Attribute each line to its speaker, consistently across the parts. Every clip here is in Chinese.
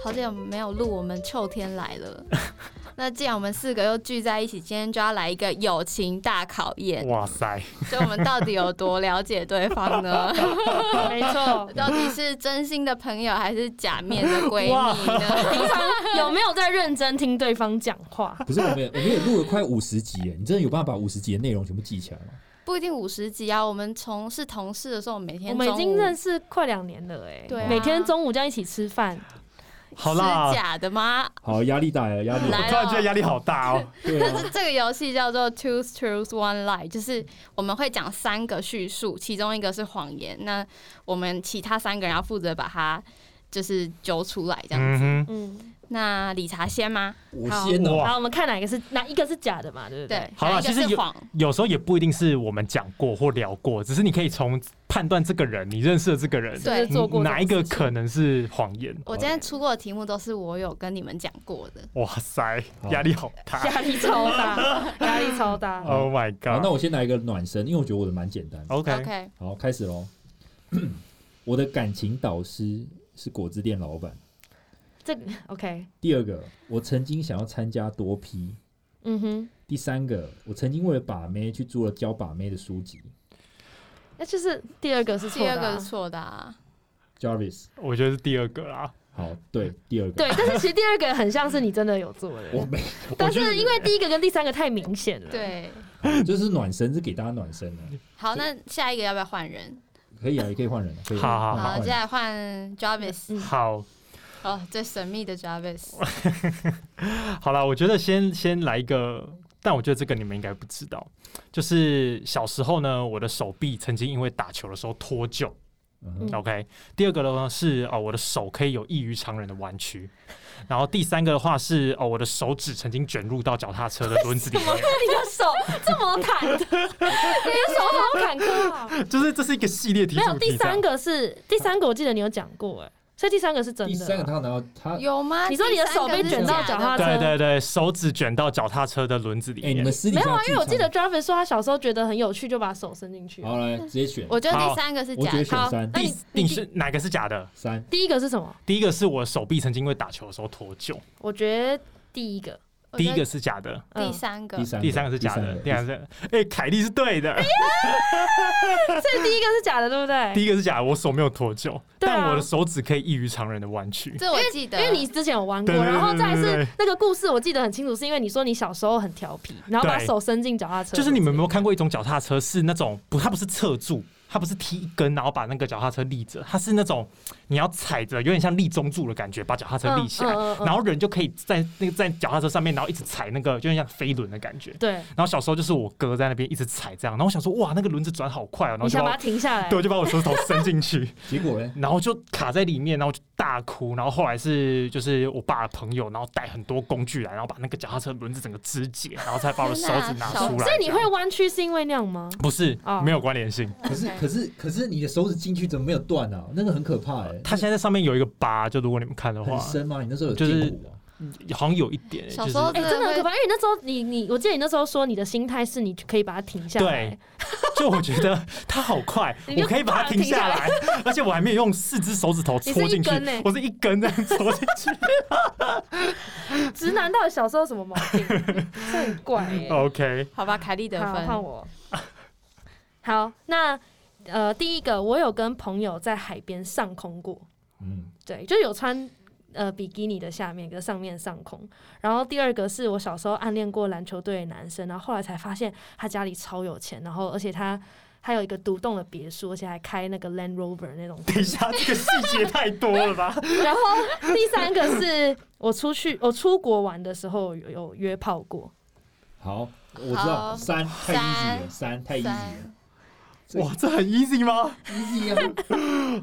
Speaker 1: 好久没有录，我们秋天来了。那既然我们四个又聚在一起，今天就要来一个友情大考验，
Speaker 2: 哇 塞，
Speaker 1: 就我们到底有多了解对方呢？
Speaker 3: 没错，
Speaker 1: 到底是真心的朋友还是假面的闺蜜呢？
Speaker 3: 平常有没有在认真听对方讲话？
Speaker 4: 可是我们也我们也录了快五十集耶，你真的有办法把五十集的内容全部记起来吗？
Speaker 1: 不一定五十集啊，我们从是同事的时候，我们每天
Speaker 3: 我们已经认
Speaker 1: 识
Speaker 3: 识快两年了，哎，
Speaker 1: 对啊
Speaker 3: 每天中午这样一起吃饭，
Speaker 2: 好啦，
Speaker 1: 假的吗？
Speaker 4: 好，压力大呀，压力
Speaker 1: 来
Speaker 2: 我
Speaker 4: 大。
Speaker 1: 了
Speaker 2: 突然觉得压力好大 哦。
Speaker 4: 对
Speaker 1: 但
Speaker 4: 啊，
Speaker 1: 是这个游戏叫做 Two Truths One Lie，就是我们会讲三个叙述，其中一个是谎言，那我们其他三个人要负责把它就是揪出来这样。
Speaker 2: 嗯
Speaker 3: 嗯，
Speaker 1: 那理查先吗？
Speaker 4: 我
Speaker 1: 好
Speaker 4: 先
Speaker 2: 哼，
Speaker 4: 哦，
Speaker 3: 然
Speaker 2: 哇，
Speaker 3: 后我们看哪个是哪一个是假的嘛，对不对？
Speaker 1: 对，
Speaker 2: 好啦
Speaker 1: 哪一个
Speaker 2: 其实
Speaker 1: 是
Speaker 2: 有
Speaker 1: 谎，
Speaker 2: 有时候也不一定是我们讲过或聊过，只是你可以从判断这个人，你认识的这个人，
Speaker 1: 对
Speaker 3: 是做过这种
Speaker 2: 嗯哪一个
Speaker 3: 事情
Speaker 2: 可能是谎言。
Speaker 1: 我今天出过的题目都是我有跟你们讲过的。
Speaker 2: 哇塞，压力好 大。
Speaker 3: 压力超 大，压力超大。
Speaker 2: Oh my
Speaker 4: 好，那
Speaker 2: god。
Speaker 4: 我先来一个暖身，因为我觉得我的蛮简单的。
Speaker 2: OK，
Speaker 1: OK，
Speaker 4: 好，开始喽。我的感情导师是果汁店老板。
Speaker 3: 这个 OK，
Speaker 4: 第二个，我曾经想要参加多批。
Speaker 3: 嗯哼，
Speaker 4: 第三个，我曾经为了把妹去做了教把妹的书籍。
Speaker 3: 那就是第二个是错
Speaker 1: 第
Speaker 3: 的
Speaker 1: 二
Speaker 3: 啊、
Speaker 1: 个是错的啊。
Speaker 4: Jarvis，
Speaker 2: 我觉得是第二个啦。
Speaker 4: 好，对，第二个，
Speaker 3: 对，但是其实第二个很像是你真的有做
Speaker 4: 我
Speaker 3: 的，
Speaker 4: 没，
Speaker 3: 但
Speaker 2: 我觉得
Speaker 3: 是因为第一个跟第三个太明显了，，
Speaker 1: 对，
Speaker 4: 就是暖身，是给大家暖身的，
Speaker 1: 好，那下一个要不要换人？
Speaker 4: 可以啊，也可以换人啊，可以啊。
Speaker 2: 好好
Speaker 1: 好，
Speaker 4: 换
Speaker 1: 接
Speaker 4: 人
Speaker 1: 下来换 Jarvis，
Speaker 2: 好，
Speaker 1: 哦，最神秘的 Jarvis。
Speaker 2: 好啦，我觉得先先来一个，但我觉得这个你们应该不知道，就是小时候呢，我的手臂曾经因为打球的时候脱臼。
Speaker 4: 嗯哼
Speaker 2: OK，第二个的话是哦，我的手可以有异于常人的弯曲，然后第三个的话是哦，我的手指曾经卷入到脚踏车的轮子里
Speaker 3: 怎么会
Speaker 2: 面，
Speaker 3: 你的手这么坎坷？你的手 好坎坷啊！
Speaker 2: 就是这是一个系列题
Speaker 3: 没
Speaker 2: 目。
Speaker 3: 有，第三，个是第三个，我记得你有讲过哎、所以第三个是真
Speaker 4: 第
Speaker 3: 的。啊
Speaker 4: 三个他拿到他，
Speaker 1: 有吗？
Speaker 3: 你说你的手被卷到脚踏车
Speaker 2: 对对对，手指卷到脚踏车的轮子里
Speaker 4: 哎，你
Speaker 2: 面。
Speaker 4: 们私底
Speaker 3: 没
Speaker 4: 下
Speaker 3: 有啊，因为我
Speaker 4: 自己
Speaker 3: 记
Speaker 4: 唱
Speaker 3: 得 Jarvis 说他小时候觉得很有趣，就把手伸进去。
Speaker 4: 好来直接选
Speaker 1: 我觉得第三个是
Speaker 4: 我
Speaker 1: 假
Speaker 4: 觉
Speaker 1: 的。
Speaker 4: 得选三
Speaker 3: 那
Speaker 2: 第
Speaker 3: 你
Speaker 2: 你
Speaker 3: 你
Speaker 2: 是哪个是假的？
Speaker 4: 三，
Speaker 3: 第一个是什么？
Speaker 2: 第一个是我手臂曾经因为打球的时候脱臼，
Speaker 3: 我觉得第一个，
Speaker 1: 我
Speaker 2: 第
Speaker 1: 觉
Speaker 2: 一
Speaker 1: 得
Speaker 2: 个是假的，
Speaker 3: 嗯
Speaker 1: 第三个
Speaker 4: 第，三，
Speaker 2: 第三个是假的，
Speaker 4: 第
Speaker 2: 第
Speaker 4: 三
Speaker 2: 三个是哎，凯莉是对的，
Speaker 3: 所以第一个是假的，对不对？
Speaker 2: 第一个是假的，我手没有脱臼，
Speaker 3: 对啊
Speaker 2: 但我的手指可以异于常人的弯曲。
Speaker 1: 这我记得，
Speaker 3: 因为你之前有玩过，
Speaker 2: 对对对
Speaker 3: 然后再来
Speaker 2: 对对
Speaker 3: 是
Speaker 2: 对
Speaker 3: 那个故事，我记得很清楚，是因为你说你小时候很调皮，然后把
Speaker 2: 对
Speaker 3: 手伸进脚踏车。
Speaker 2: 就是你们有没有看过一种脚踏车是那种不，它不是侧柱，它不是踢一根然后把那个脚踏车立着，它是那种你要踩着，有点像立中柱的感觉，把脚踏车立起来，
Speaker 3: 嗯嗯嗯嗯
Speaker 2: 然后人就可以在那个在脚踏车上面，然后一直踩那个，就很像飞轮的感觉。
Speaker 3: 对，
Speaker 2: 然后小时候就是我哥在那边一直踩这样，然后我想说哇，那个轮子转好快哦、然后
Speaker 3: 你
Speaker 2: 就
Speaker 3: 想
Speaker 2: 把
Speaker 3: 把
Speaker 2: 我
Speaker 3: 它停下来
Speaker 2: 对，。我就把我手指头伸进去，
Speaker 4: 结 果呢？
Speaker 2: 然后就卡在里面，然后就大哭，然后后来是就是我爸的朋友，然后带很多工具来，然后把那个脚踏车轮子整个肢解，然后才把我的手指拿出来。
Speaker 3: 所以你
Speaker 2: 这
Speaker 3: 会
Speaker 2: 样
Speaker 3: 弯曲是因为那样吗？
Speaker 2: 不是、
Speaker 3: 哦
Speaker 2: 没有关联性？
Speaker 4: 可是
Speaker 1: OK
Speaker 4: 可是可是你的手指进去怎么没有断啊？那个很可怕哎，
Speaker 2: 它现在在上面有一个疤，就如果你们看的话
Speaker 4: 很，深吗？你那时候有
Speaker 2: 就是
Speaker 4: 胫骨啊？
Speaker 2: 好像有一点、
Speaker 1: 小
Speaker 2: 就
Speaker 1: 时
Speaker 2: 是
Speaker 1: 候
Speaker 3: 哎、真的很
Speaker 1: 会
Speaker 3: 可怕，因为你那时候你你，我记得你那时候说你的心态是你可以把它停下来
Speaker 2: 对，就我觉得它好快
Speaker 3: 你，就
Speaker 2: 我可以把它停下来，而且我还没有用四只手指头戳进去
Speaker 3: 你是一根欸，
Speaker 2: 我是一根这样戳进去。
Speaker 3: 直男到底小时候有什么毛病？ 这很怪耶、
Speaker 2: OK，
Speaker 1: 好吧，凯莉得
Speaker 3: 好，换
Speaker 1: 分，
Speaker 3: 我。好，那呃，第一个我有跟朋友在海边上空过，
Speaker 4: 嗯，
Speaker 3: 对，就有穿呃比基尼的下面跟上面上空。然后第二个是我小时候暗恋过篮球队的男生，然后后来才发现他家里超有钱，然后而且他。还有一个独栋的别墅，而且还开那个 Land Rover 那种。
Speaker 2: 等一下，这个细节太多了 吧？
Speaker 3: 然后第三个是我出去，我出国玩的时候有有约炮过。
Speaker 4: 好，我知道
Speaker 1: 好
Speaker 4: 三太 easy 了，三太 easy 了
Speaker 1: 三
Speaker 2: 哇，这很 easy 吗？
Speaker 4: ，easy 啊！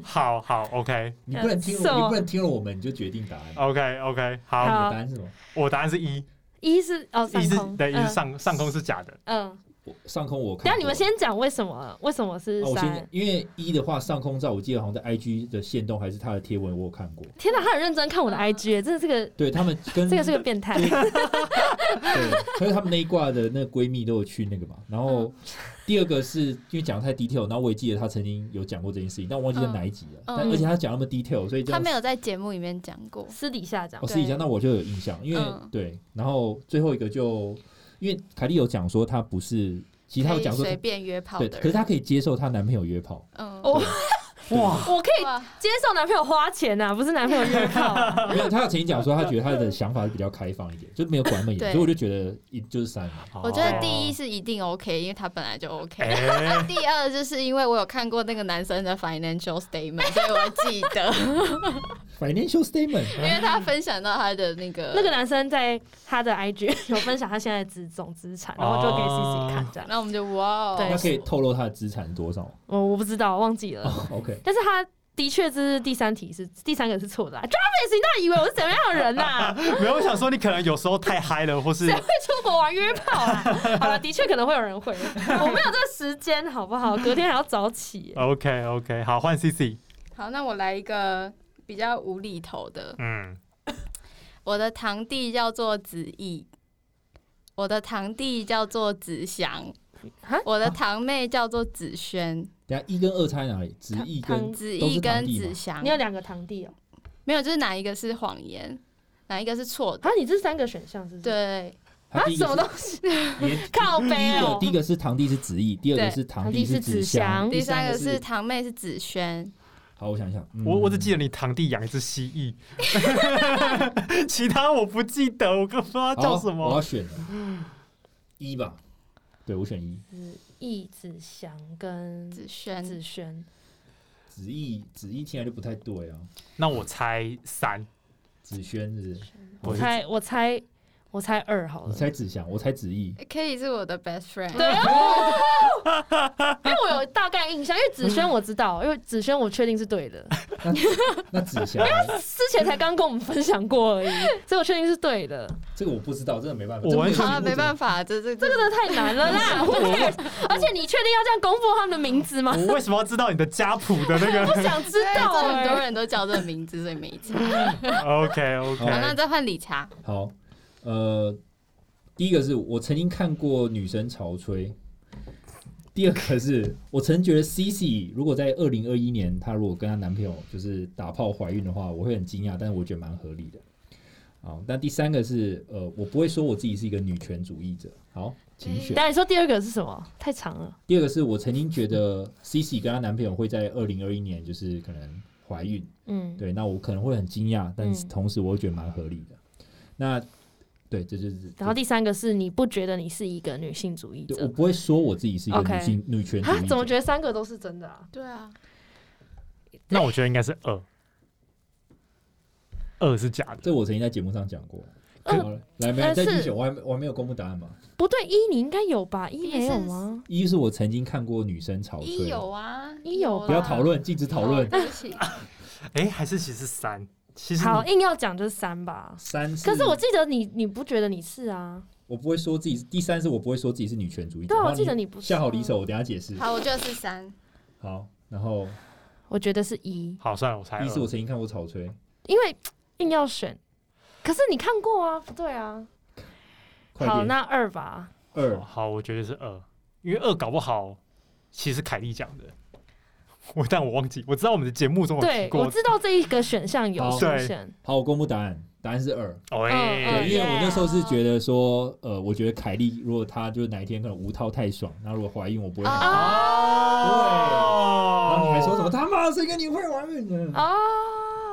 Speaker 2: 好好，OK
Speaker 4: 你不能听
Speaker 3: 什
Speaker 4: 我，
Speaker 3: 么
Speaker 4: 你不能听了我们你就决定答案。
Speaker 2: OK OK，好，
Speaker 4: 你
Speaker 3: 好
Speaker 4: 的答案是什么？
Speaker 2: 我答案是一，
Speaker 3: 一是哦上
Speaker 2: 一是
Speaker 3: 空，
Speaker 2: 对，一是
Speaker 3: 嗯
Speaker 2: 上上空是假的，
Speaker 3: 嗯，
Speaker 4: 我上空我看
Speaker 3: 等
Speaker 4: 过。
Speaker 3: 下你们先讲为什么？为什么是
Speaker 4: 啊，我
Speaker 3: 三？
Speaker 4: 先，因为一的话，上空照我记得好像在 IG 的线动还是他的贴文，我有看过。
Speaker 3: 天哪，他很认真看我的 IG，耶真的这个
Speaker 4: 对他们跟
Speaker 3: 这个是个变态。
Speaker 4: 对对，所以他们那一挂的那个闺蜜都有去那个嘛。然
Speaker 1: 嗯
Speaker 4: 后第二个是因为讲的太 detail，然后我也记得她曾经有讲过这件事情，但我忘记在哪一集了。
Speaker 1: 嗯
Speaker 4: 但
Speaker 3: 嗯
Speaker 4: 而且她讲那么 detail，所以这
Speaker 1: 他
Speaker 4: 样
Speaker 1: 没有在节目里面讲过，
Speaker 3: 私底下讲
Speaker 4: 我
Speaker 1: 对
Speaker 4: 试一下，那我就有印象，因为、
Speaker 1: 嗯
Speaker 4: 对，然后最后一个就因为凯莉有讲说她不是，其实她有讲说
Speaker 1: 可以随
Speaker 4: 她
Speaker 1: 便约炮
Speaker 4: 对，
Speaker 1: 的
Speaker 4: 可是
Speaker 1: 人，
Speaker 4: 她可以接受她男朋友约炮，
Speaker 1: 嗯，
Speaker 3: 哦
Speaker 2: 哇，
Speaker 3: 我可以
Speaker 1: 哇
Speaker 3: 接受男朋友花钱呐、不是男朋友约炮 啊、
Speaker 4: 因为她有曾经讲说她觉得她的想法是比较开放一点，就没有管那么严，
Speaker 1: 对
Speaker 4: 所以我就觉得一就是三嘛，
Speaker 1: 我觉得
Speaker 2: 哦
Speaker 1: 第一，是一定 OK，因为他本来就 OK。
Speaker 2: 哎，
Speaker 1: 第二就是因为我有看过那个男生的 financial statement，所以我记得，
Speaker 4: financial statement，
Speaker 1: 因为他分享到他的那个
Speaker 3: 那个，男生在他的 IG 有分享他现在的资总资产，然后就给 C C 看这样。
Speaker 1: 那我们就哇哦，
Speaker 3: 对
Speaker 4: 那可以透露她的资产是多少吗
Speaker 3: 我、我不知道，忘记了。
Speaker 4: 哦？OK，
Speaker 3: 但是他的确这是第三题是第三个是错的、啊。Travis，你到底以为我是怎么样的人啊呐、
Speaker 2: 没有，我想说你可能有时候太嗨了，或 是
Speaker 3: 谁会出国玩约炮啊？ 好了，的确可能会有人会， 我没有这个时间，好不好？隔天还要早起。
Speaker 2: OK OK，好换 CC，
Speaker 1: 好，那我来一个比较无厘头的，
Speaker 2: 嗯，
Speaker 1: 我的堂弟叫做子毅，我的堂弟叫做子祥
Speaker 3: 啊，
Speaker 1: 我的堂妹叫做子轩，
Speaker 4: 等一下一跟二差在哪里？子毅
Speaker 3: 唐
Speaker 4: 跟
Speaker 1: 子
Speaker 4: 都
Speaker 1: 毅
Speaker 4: 是堂
Speaker 1: 跟
Speaker 4: 弟
Speaker 1: 子
Speaker 4: 嘛，
Speaker 1: 祥
Speaker 3: 你，有两个堂弟哦、
Speaker 1: 没有，就是哪一个是谎言，哪一个是错的？
Speaker 3: 啊，你这三个选项是不是？
Speaker 1: 对，
Speaker 3: 啊
Speaker 4: 他，第一
Speaker 3: 什么
Speaker 4: 个
Speaker 3: 东西？
Speaker 4: 是连
Speaker 3: 靠
Speaker 4: 第
Speaker 3: 背
Speaker 4: 一
Speaker 3: 哦
Speaker 4: 个、第一个是堂弟是子毅，第二个
Speaker 1: 对
Speaker 4: 是堂
Speaker 3: 堂
Speaker 4: 弟
Speaker 3: 弟是
Speaker 4: 子
Speaker 3: 子祥
Speaker 1: 第
Speaker 4: 三
Speaker 1: 三个是
Speaker 4: 是
Speaker 1: 堂妹是子轩，
Speaker 4: 好，我想一嗯想，
Speaker 2: 我我只记
Speaker 4: 得
Speaker 2: 得你堂弟养一只蜥蜴， 其他我不记得，我根本不知道它叫什
Speaker 4: 我
Speaker 2: 么嗯
Speaker 4: 要。选一吧，对我选一。
Speaker 3: 子毅、子祥跟
Speaker 1: 子轩，
Speaker 3: 子轩，
Speaker 4: 子毅，子毅听起来就不太对啊。
Speaker 2: 那我猜三，
Speaker 4: 子轩是不是？
Speaker 3: 我
Speaker 2: 我是
Speaker 3: 猜，我猜，我猜二好
Speaker 4: 你
Speaker 3: 了。
Speaker 4: 猜子祥，我猜子毅。
Speaker 1: 可以是我的 best friend，
Speaker 3: 对， 哦因为我有大概印象，因为子轩我知道，因为子轩我确定是对 的，
Speaker 4: 那那子 祥，
Speaker 3: 之前才刚跟我们分享过而已，所以我确定是对的。
Speaker 4: 这个我不知道，真的没办法。
Speaker 2: 我完
Speaker 1: 好啊，没办
Speaker 4: 法。
Speaker 1: 法，这这这
Speaker 3: 这个
Speaker 1: 个
Speaker 3: 真的太难 了啦！我不 care 而且你确定要这样公布他们的名字吗？
Speaker 2: 我为什么要知道你的家谱的那
Speaker 3: 我
Speaker 2: 个
Speaker 3: 想知道
Speaker 1: 这很多
Speaker 3: 欸。
Speaker 1: 人都叫这个名字，所以没 差。
Speaker 2: ？OK
Speaker 4: 哎
Speaker 1: 好，那
Speaker 2: OK，
Speaker 1: 再换理查，
Speaker 4: 好，呃，第一个是我曾经看过女生潮吹。第二个是我曾觉得 Cici 如果在二零二一年，她如果跟她男朋友就是打炮怀孕的话，我会很惊讶，但是我觉得蛮合理的。好，那第三个是呃，我不会说我自己是一个女权主义者。好，请选。
Speaker 3: 但你说第二个是什么？太长了。
Speaker 4: 第二个是我曾经觉得 Cici 跟她男朋友会在二零二一年就是可能怀孕，
Speaker 3: 嗯，
Speaker 4: 对，那我可能会很惊讶，但是
Speaker 3: 嗯
Speaker 4: 同时我又觉得蛮合理的。那对，这就是。
Speaker 3: 然后第三个是你不觉得你是一个女性主义
Speaker 4: 对我
Speaker 3: 者
Speaker 4: 不会说我自己是一个
Speaker 3: OK
Speaker 4: 女性女权主
Speaker 3: 啊
Speaker 4: 义者？
Speaker 3: 怎么觉得三个都是真的啊？
Speaker 1: 对啊，
Speaker 2: 那我觉得应该是二，二是假的。
Speaker 4: 这我曾经在节目上讲过。
Speaker 3: 嗯
Speaker 4: 好了，来，没
Speaker 3: 呃
Speaker 4: 人再继
Speaker 3: 是
Speaker 4: 续，我还没我还没有公布答案嘛。
Speaker 3: 不对，一你应该有吧？一
Speaker 1: 一
Speaker 3: 没有
Speaker 1: 是
Speaker 3: 吗？
Speaker 4: 一是我曾经看过女生潮
Speaker 1: 一
Speaker 4: 吹，
Speaker 1: 有啊，
Speaker 3: 一有吧
Speaker 4: 哦不要讨论，禁止讨论嗯
Speaker 1: 哦。对不起，
Speaker 2: 哎，还是其实是三，其实
Speaker 3: 好，
Speaker 2: 你
Speaker 3: 硬要讲就是三吧。
Speaker 4: 三
Speaker 3: 可是我记得你，你不觉得你是啊？
Speaker 4: 我不会说自己是，第三是我不会说自己是女权主义者。
Speaker 3: 对啊
Speaker 4: 然后
Speaker 3: 我记得你不是
Speaker 4: 下好
Speaker 3: 啊
Speaker 4: 离手，我等一下解释。
Speaker 1: 好，我就是三，
Speaker 4: 好，然后
Speaker 3: 我觉得是一，
Speaker 2: 好算了，我猜二
Speaker 4: 一。是我曾经看过潮吹，
Speaker 3: 因为硬要选，可是你看过啊？不对啊。
Speaker 4: 快
Speaker 3: 好，
Speaker 4: 点。
Speaker 3: 那二吧。
Speaker 4: 二
Speaker 2: 哦好，我觉得是二，因为二搞不好其实是凯莉讲的， 我但我忘记，我知道我们的节目中有提
Speaker 3: 对，我
Speaker 2: 过，
Speaker 3: 知道这一个选项有
Speaker 4: 好
Speaker 3: 出
Speaker 2: 对
Speaker 3: 现。
Speaker 4: 好，我公布答案，答案是二。
Speaker 2: 哦
Speaker 3: 嗯
Speaker 4: 对，
Speaker 2: 哎
Speaker 3: 嗯，
Speaker 4: 因为我那时候是
Speaker 1: 耶
Speaker 4: 觉得说，呃，我觉得凯莉如果她就是哪一天可能无套太爽，那如果怀孕我不会很
Speaker 1: 哦
Speaker 4: 开心。
Speaker 2: 哦
Speaker 4: 然后你还说什么他妈谁跟你会玩孕呢？
Speaker 3: 哦，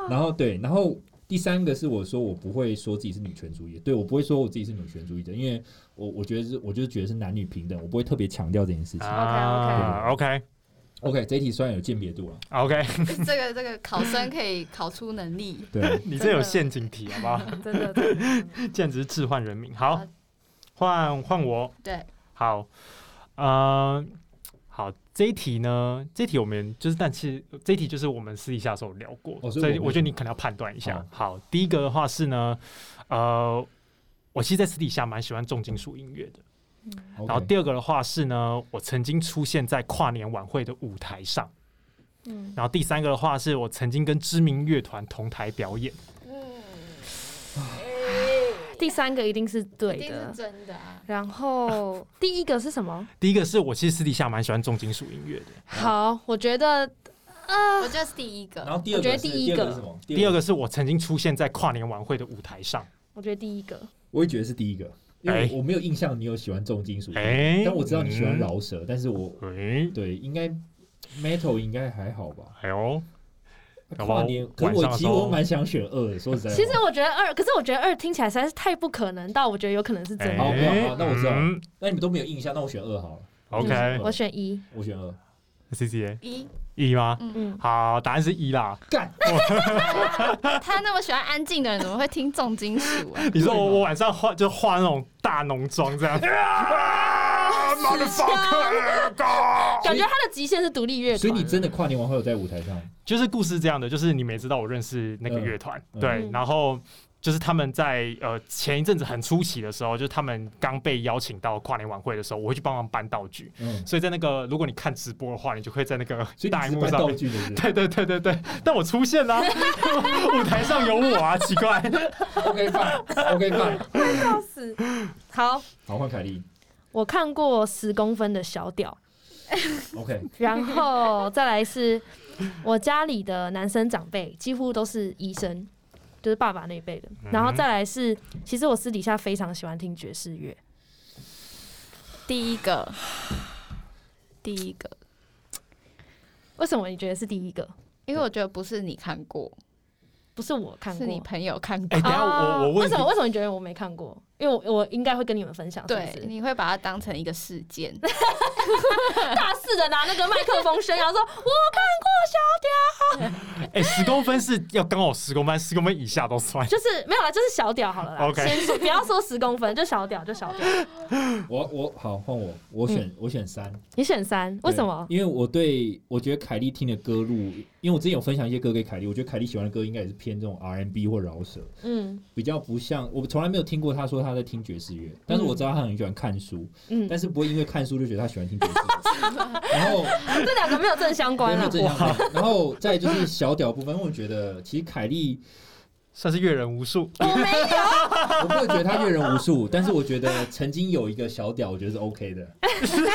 Speaker 4: 然后对，然后第三个是我说我不会说自己是女权主义，对我不会说我自己是女权主义者，因为我我觉得是我就是觉得是男女平等，我不会特别强调这件事情。
Speaker 2: 啊 OK
Speaker 4: OK，这一题虽然有鉴别度了，啊
Speaker 2: OK，，
Speaker 1: 这个这个考生可以考出能力。
Speaker 4: 对啊
Speaker 2: 你这有陷阱题好不 好？
Speaker 3: 真的，真的
Speaker 2: 简直置换人名。好
Speaker 1: 好，
Speaker 2: 换换我。
Speaker 1: 对，
Speaker 2: 好，呃，好，这一题呢，这一题我们就是，但其实这一题就是我们私底下的时候聊过，
Speaker 4: 哦所以
Speaker 2: 所以
Speaker 4: 我哦
Speaker 2: 我觉得你可能要判断一下
Speaker 4: 好。
Speaker 2: 好，第一个的话是呢，呃，我其实，在私底下蛮喜欢重金属音乐的。然后
Speaker 4: OK，
Speaker 2: 第二个的话是呢，我曾经出现在跨年晚会的舞台上。
Speaker 3: 嗯，
Speaker 2: 然后第三个的话是我曾经跟知名乐团同台表演。
Speaker 3: 第三个一定是对
Speaker 1: 一定
Speaker 3: 的
Speaker 1: 是。真的啊。
Speaker 3: 然后第一个是什 么？
Speaker 2: 第一个是我其实私底下蛮喜欢重金属音乐的，
Speaker 3: 好，我觉得
Speaker 1: 我觉得是第一
Speaker 4: 然
Speaker 1: 个，
Speaker 4: 后第二
Speaker 3: 我觉
Speaker 4: 个
Speaker 3: 得
Speaker 4: 是
Speaker 3: 第一
Speaker 4: 第二
Speaker 3: 个
Speaker 4: 是什么？
Speaker 2: 第二个是我曾经出现在跨年晚会的舞台上，
Speaker 3: 我觉得第一个
Speaker 4: 我也觉得是第一个，因为
Speaker 2: 哎
Speaker 4: 我没有印象你有喜欢重金属，
Speaker 2: 哎
Speaker 4: 嗯
Speaker 2: 嗯
Speaker 4: 但我知道你喜欢饶舌，但是我
Speaker 2: 诶，
Speaker 4: 对应该 metal 应该还好吧？
Speaker 2: 哎呦，搞不好
Speaker 4: 跨年，可是
Speaker 2: 晚
Speaker 4: 我
Speaker 2: 上的
Speaker 4: 其
Speaker 2: 时
Speaker 4: 实
Speaker 2: 候
Speaker 4: 我蛮想选二的，说实在话，
Speaker 3: 其实我觉得二，可是我觉得二听起来实在是太不可能到，我觉得有可能是真的。
Speaker 4: 好没有好那我知道
Speaker 2: 嗯
Speaker 4: 那你们都没有印象，那我选二好了，哎
Speaker 2: OK，
Speaker 3: 我选一。
Speaker 4: 我选二，
Speaker 2: C C A
Speaker 1: 一
Speaker 2: 一吗？
Speaker 3: 嗯，
Speaker 2: 好，答案是一啦。
Speaker 4: 干，
Speaker 1: 他那么喜欢安静的人，怎么会听重金属 啊？
Speaker 2: 你说我
Speaker 4: 对嘛
Speaker 2: 我晚上化就化那种大浓妆这样， 啊，motherfucker，God
Speaker 3: 感觉他的极限是独立乐团。
Speaker 4: 所以你真的跨年晚会有在舞台上，
Speaker 2: 就是故事这样的，就是你们也知道我认识那个乐团，
Speaker 4: 嗯
Speaker 2: 对，
Speaker 3: 嗯
Speaker 2: 然后。就是他们在呃前一阵子很出奇的时候，就是他们刚被邀请到跨年晚会的时候，我会去帮忙搬道具。
Speaker 4: 嗯，
Speaker 2: 所以在那个如果你看直播的话，你就会在那个
Speaker 4: 所以
Speaker 2: 大
Speaker 4: 你
Speaker 2: 荧
Speaker 4: 是
Speaker 2: 幕
Speaker 4: 搬
Speaker 2: 上
Speaker 4: 道
Speaker 2: 面
Speaker 4: 具的 是
Speaker 2: 对对对对对，但我出现啦、舞台上有我啊，奇怪。
Speaker 4: ，OK fine，OK fine，
Speaker 3: 笑死。好，
Speaker 4: 好换凯莉
Speaker 3: 我看过十公分的小屌，
Speaker 4: ，OK，
Speaker 3: 然后再来是我家里的男生长辈几乎都是医生，就是爸爸那一
Speaker 2: 嗯
Speaker 3: 辈的。然后再来是，其实我私底下非常喜欢听爵士乐。
Speaker 1: 第一个，第一个，
Speaker 3: 为什么你觉得是第一个？
Speaker 1: 因为我觉得不是你看过，
Speaker 3: 不是我看
Speaker 1: 是你
Speaker 3: 过。
Speaker 1: 朋友看过。
Speaker 2: 哎、等一下我我
Speaker 3: 哦为
Speaker 2: 问
Speaker 3: 什么？为什么你觉得我没看过？因为我我应该会跟你们分享，是不
Speaker 1: 对，
Speaker 3: 是？
Speaker 1: 你会把它当成一个事件，
Speaker 3: 大肆的拿那个麦克风声，然后说：“我看过
Speaker 2: 哎，十、公分是要刚好十公分，十公分以下都算
Speaker 3: 小屌。”。就是没有啦，就是小屌好了啦。
Speaker 2: OK
Speaker 3: 先说不要说十公分，就小屌，就小屌。
Speaker 4: 我我好换我，我选我选三，
Speaker 3: 你选三，嗯为什么？
Speaker 4: 对因为我对我觉得凯莉听的歌路，因为我之前有分享一些歌给凯莉，我觉得凯莉喜欢的歌应该也是偏这种 R&B 或饶舌，
Speaker 3: 嗯
Speaker 4: 比较不像我从来没有听过她说她在听爵士乐，但是我知道她很喜欢看书，
Speaker 3: 嗯，
Speaker 4: 但是不会因为看书就觉得她喜欢听爵士乐。 然后
Speaker 3: 啊这两个没有正相关啊
Speaker 4: 没
Speaker 3: 啦
Speaker 4: 有。这样子，然后再就是小屌部分，因为我觉得其实凯莉，
Speaker 2: 算是阅人无数，
Speaker 3: 我没
Speaker 4: 我不会觉得她阅人无数，但是我觉得曾经有一个小屌，我觉得是 OK 的。对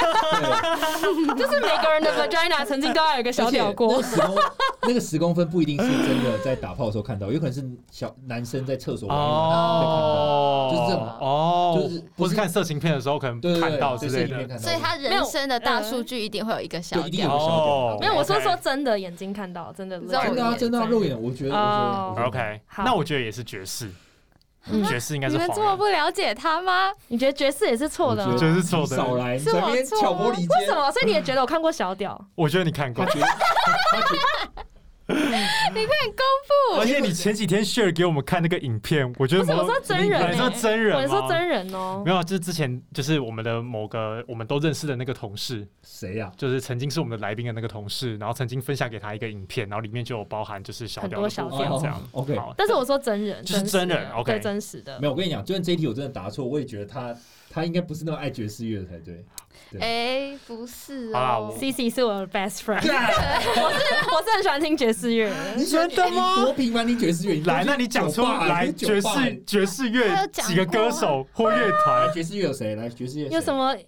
Speaker 3: 就是每个人 的 vagina 曾经都要有一个小屌
Speaker 4: 而
Speaker 3: 过。
Speaker 4: 且那个十公那个十公分不一定是真的在打炮的时候看到，有可能是小男生在厕所玩一玩
Speaker 2: 哦，
Speaker 4: 就是这种
Speaker 2: 哦，
Speaker 4: 就是不
Speaker 2: 或
Speaker 4: 是
Speaker 2: 是看色情片的时候可能
Speaker 4: 对对对，
Speaker 2: 看到之
Speaker 4: 在
Speaker 2: 类
Speaker 4: 视频里面
Speaker 2: 的。
Speaker 4: 看到，
Speaker 1: 所以他
Speaker 3: 没有
Speaker 1: 人生的大数据一定会有一个
Speaker 4: 就
Speaker 1: 小
Speaker 4: 一定有
Speaker 1: 调。
Speaker 4: 个小
Speaker 2: 哦
Speaker 4: 屌，
Speaker 3: 没有，我说
Speaker 2: OK
Speaker 3: 说真的，眼睛看到真的。
Speaker 1: 肉
Speaker 4: 真的啊真的啊肉眼，我觉得
Speaker 3: 哦
Speaker 4: 我觉得我觉得
Speaker 2: OK，
Speaker 3: 好
Speaker 2: 那我觉得也是爵士，
Speaker 3: 嗯
Speaker 2: 爵士应该
Speaker 1: 你
Speaker 2: 是
Speaker 1: 们这么
Speaker 2: 黄
Speaker 1: 不了解他吗？
Speaker 3: 你觉得爵士也是错的
Speaker 4: 我
Speaker 3: 哦？
Speaker 4: 觉
Speaker 2: 人，
Speaker 4: 得
Speaker 2: 爵士错
Speaker 4: 你少
Speaker 2: 的。
Speaker 4: 来，你
Speaker 1: 是
Speaker 4: 在
Speaker 1: 我
Speaker 4: 那边
Speaker 1: 错吗
Speaker 4: 挑拨离间
Speaker 3: 啊为什，么？所以你也觉得我看过小屌？
Speaker 2: 我觉得你看
Speaker 4: 他
Speaker 2: 过，
Speaker 4: 觉得他觉得
Speaker 2: 而且你前几天 share 给我们看那个影片，我觉
Speaker 3: 不
Speaker 2: 得
Speaker 3: 是，我
Speaker 2: 某
Speaker 3: 说真人
Speaker 2: 有人
Speaker 3: 欸，
Speaker 2: 说真人
Speaker 3: 我
Speaker 2: 吗，
Speaker 3: 说真人哦
Speaker 2: 啊没。有，啊就是之前就是我们的某个我们都认识的那个同事，
Speaker 4: 谁啊呀？
Speaker 2: 就是曾经是我们的来宾的那个同事，然后曾经分享给他一个影片，然后里面就有包含就是小
Speaker 3: 很
Speaker 2: 屌
Speaker 3: 多
Speaker 2: 的
Speaker 3: 小
Speaker 2: 部分
Speaker 3: 屌
Speaker 2: 这样。
Speaker 4: 哦 OK
Speaker 2: 好，
Speaker 3: 但是我说真人，
Speaker 2: 就是
Speaker 3: 实的
Speaker 2: 真人，OK
Speaker 3: 对，真实的
Speaker 4: 没。有，我跟你讲，就算这一题我真的答错，我也觉得他他应该不是那么爱爵士乐的才对。
Speaker 1: 哎，不是
Speaker 2: 好啦
Speaker 1: 哦
Speaker 2: 我，
Speaker 3: C C 是我的 best friend，我是很喜欢听爵士乐的。
Speaker 4: 你喜欢
Speaker 2: 真的吗
Speaker 4: 你多频繁听爵士乐？你都去
Speaker 2: 来，那你讲出
Speaker 4: 酒吧
Speaker 2: 来
Speaker 4: 你去
Speaker 2: 爵
Speaker 4: 酒吧
Speaker 2: 士爵士乐
Speaker 1: 他有讲
Speaker 2: 几个歌手或乐
Speaker 4: 来
Speaker 2: 团？
Speaker 4: 爵士乐有谁？来爵士乐
Speaker 3: 有什
Speaker 4: 么？
Speaker 3: 么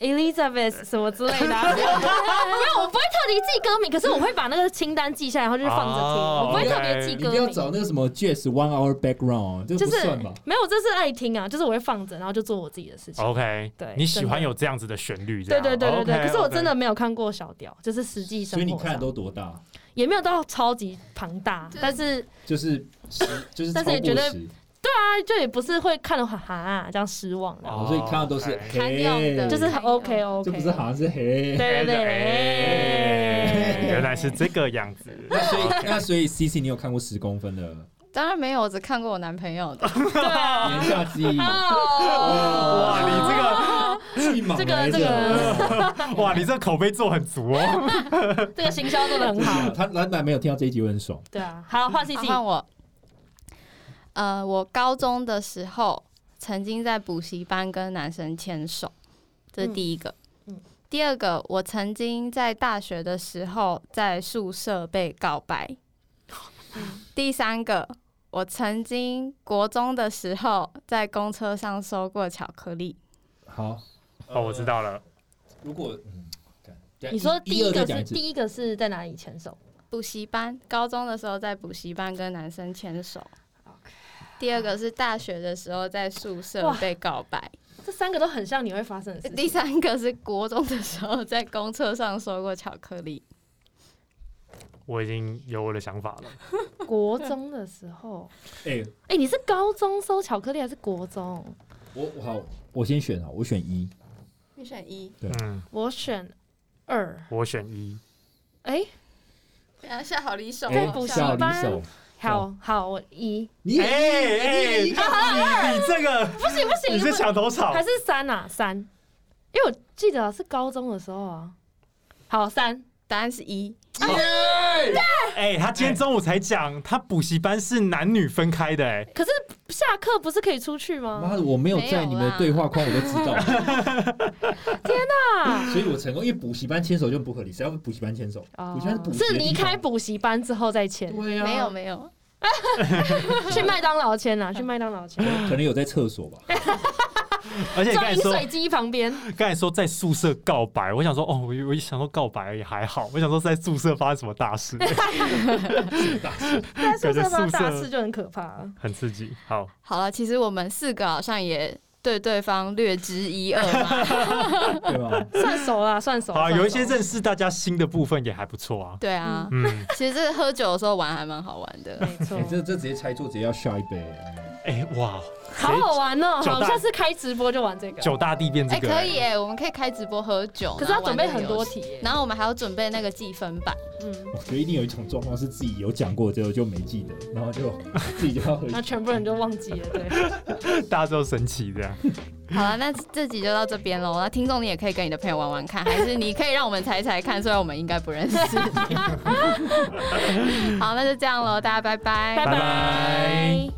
Speaker 3: Elizabeth 什么之类 的、啊，没
Speaker 1: 哦
Speaker 3: 有，我不会特地记歌名，可是我会把那个清单记下来，然后就是放着听，
Speaker 2: 哦
Speaker 3: 我不会特别记
Speaker 4: 你
Speaker 3: 歌
Speaker 4: 不要
Speaker 3: 名。
Speaker 4: 找那个什么 Jazz One Hour Background，这
Speaker 3: 就
Speaker 4: 个不
Speaker 3: 是
Speaker 4: 算吧？
Speaker 3: 没有，这是爱听啊，就是我会放着，然后就做我自己的事情。
Speaker 2: OK，
Speaker 3: 对
Speaker 2: 你喜欢
Speaker 3: 真的
Speaker 2: 有这样子的旋律，这
Speaker 3: 对
Speaker 2: 样
Speaker 3: 对对对对
Speaker 2: OK，
Speaker 3: 可是我
Speaker 2: OK
Speaker 3: 真的没有看过小调，就是实际生
Speaker 4: 所
Speaker 3: 活
Speaker 4: 以
Speaker 3: 上
Speaker 4: 你看都多大？
Speaker 3: 也没有到超级庞大，但是
Speaker 4: 就是十，就是超
Speaker 3: 但是也觉
Speaker 4: 过
Speaker 3: 得
Speaker 4: 十，
Speaker 3: 啊，就也不是会看的哈哈、啊、这样失望的，
Speaker 2: 哦
Speaker 4: 哦所以看到都是
Speaker 2: OK
Speaker 1: 堪用
Speaker 4: 嘿，
Speaker 1: 的
Speaker 3: 就是 OK
Speaker 4: 哦这
Speaker 3: OK，
Speaker 4: 不是啊好像是
Speaker 3: 对
Speaker 4: 嘿。
Speaker 3: 对对，
Speaker 2: 哎
Speaker 3: 哎
Speaker 2: 原来是这个样子。
Speaker 4: 那所以那所以 C C，你有看过十公分的
Speaker 1: 当然没有，我只看过我男朋友的。
Speaker 3: 对啊
Speaker 4: 言下之意？
Speaker 3: 哦
Speaker 2: 哇，你这个
Speaker 4: 巨蟒
Speaker 3: 这个
Speaker 4: 来
Speaker 3: 这
Speaker 4: 着。
Speaker 3: 个
Speaker 2: 哇，你这个口碑做很足哦。
Speaker 3: 这个行销做的很好，
Speaker 4: 他男男没有听到这一集会很爽。
Speaker 3: 对啊，好，换 C
Speaker 1: 好
Speaker 3: C，
Speaker 1: 换我。呃，我高中的时候曾经在补习班跟男生牵手，这是第一个。
Speaker 3: 嗯嗯
Speaker 1: 第二个，我曾经在大学的时候在宿舍被告白。第三个，我曾经国中的时候在公车上收过巧克力，
Speaker 4: 好，
Speaker 2: 哦，我知。道了，
Speaker 4: 如果嗯干等下
Speaker 3: 你说
Speaker 4: 一
Speaker 3: 第
Speaker 4: 一二
Speaker 3: 一
Speaker 4: 再
Speaker 3: 个
Speaker 4: 讲一
Speaker 3: 是
Speaker 4: 次
Speaker 3: 第一个是在哪里牵手？
Speaker 1: 补习班，高中的时候在补习班跟男生牵手。第二个是大学的时候在宿舍
Speaker 3: 哇
Speaker 1: 被告白，
Speaker 3: 这三个都很像你会发生的事
Speaker 1: 第
Speaker 3: 情。
Speaker 1: 三个是国中的时候在公车上收过巧克力。
Speaker 2: 我已经有我的想法了。
Speaker 3: 国中的时候，
Speaker 4: 哎，
Speaker 3: 哎、你是高中收巧克力还是国中？
Speaker 4: 我我好，我先选啊，我选一，
Speaker 1: 你选一，
Speaker 2: 嗯，
Speaker 3: 我选二。
Speaker 2: 我选一。
Speaker 3: 哎、
Speaker 1: 然后下好离手哦
Speaker 3: 在
Speaker 4: 哎
Speaker 3: 补习
Speaker 4: 小
Speaker 3: 班
Speaker 4: 离手，
Speaker 3: 好
Speaker 2: 哦
Speaker 3: 好，我一
Speaker 4: 你也
Speaker 2: 哎，你你这个
Speaker 3: 不行不行，
Speaker 2: 你是
Speaker 3: 不
Speaker 2: 墙头草
Speaker 3: 还，是三啊三？因为我记得是高中的时候啊。好三，
Speaker 1: 答案是一。
Speaker 2: 哎，他今天中午才讲，他补习班是男女分开的，哎，
Speaker 3: 可是下课不是可以出去吗？
Speaker 4: 妈的，我没有在你们的对话框，我都知 道，
Speaker 3: 啊，
Speaker 4: 所以我成功。因为补习班牵手就不合理，谁要补习班牵手？
Speaker 3: 哦
Speaker 4: 补习班是补习的
Speaker 3: 是
Speaker 4: 地
Speaker 3: 离
Speaker 4: 方
Speaker 3: 开补习班之后再签，
Speaker 4: 对呀，
Speaker 1: 没
Speaker 3: 啊
Speaker 1: 有，没有，
Speaker 3: 去麦当劳签啊，去麦当劳签，
Speaker 4: 可能有在厕所 吧。
Speaker 2: 而 且你刚
Speaker 3: 在
Speaker 2: 才
Speaker 3: 饮
Speaker 2: 说
Speaker 3: 水机旁边。
Speaker 2: 刚才说在宿舍告白，我想说哦，我以我一想说告白也还好，我想说在宿舍发生什么大事，感觉
Speaker 3: 在宿舍发
Speaker 2: 宿舍
Speaker 3: 大事就很可怕、啊。
Speaker 2: 很刺激。好，
Speaker 1: 好了，其实我们四个好像也对对方略知一二嘛。
Speaker 4: 对吧？
Speaker 3: 算熟啦，算熟。
Speaker 2: 好啊，
Speaker 3: 算熟
Speaker 2: 有一些认识大家新的部分也还不错啊。
Speaker 1: 对啊，
Speaker 2: 嗯，
Speaker 1: 其实这个喝酒的时候玩还蛮好玩的。
Speaker 3: 没错
Speaker 4: 哎，，这这直接猜错，直接要下一杯。哎
Speaker 2: 哎、哇，
Speaker 3: 好好玩哦！
Speaker 2: 九大
Speaker 3: 好，下次开直播就玩这个。
Speaker 2: 九大地变这
Speaker 1: 哎、
Speaker 2: 个、欸
Speaker 1: 可以哎、我们可以开直播喝酒，
Speaker 3: 可是要
Speaker 1: 哦然后玩
Speaker 3: 准备
Speaker 1: 这个
Speaker 3: 很
Speaker 1: 游
Speaker 3: 多
Speaker 1: 戏，
Speaker 3: 题耶。
Speaker 1: 然后我们还要准备那个计分板。
Speaker 3: 嗯，
Speaker 4: 我觉得一定有一种状况是自己有讲过之后就没记得，然后就自己就要回去
Speaker 3: 那。全部人就忘记了。对，
Speaker 2: 哎 大家都神奇这样。
Speaker 1: 好了，那这集就到这边喽。那听众你也可以跟你的朋友玩玩看，还是你可以让我们猜猜看，虽然我们应该不认识。 好，那就这样喽，大家拜拜，
Speaker 3: 拜
Speaker 2: 拜拜
Speaker 3: 拜。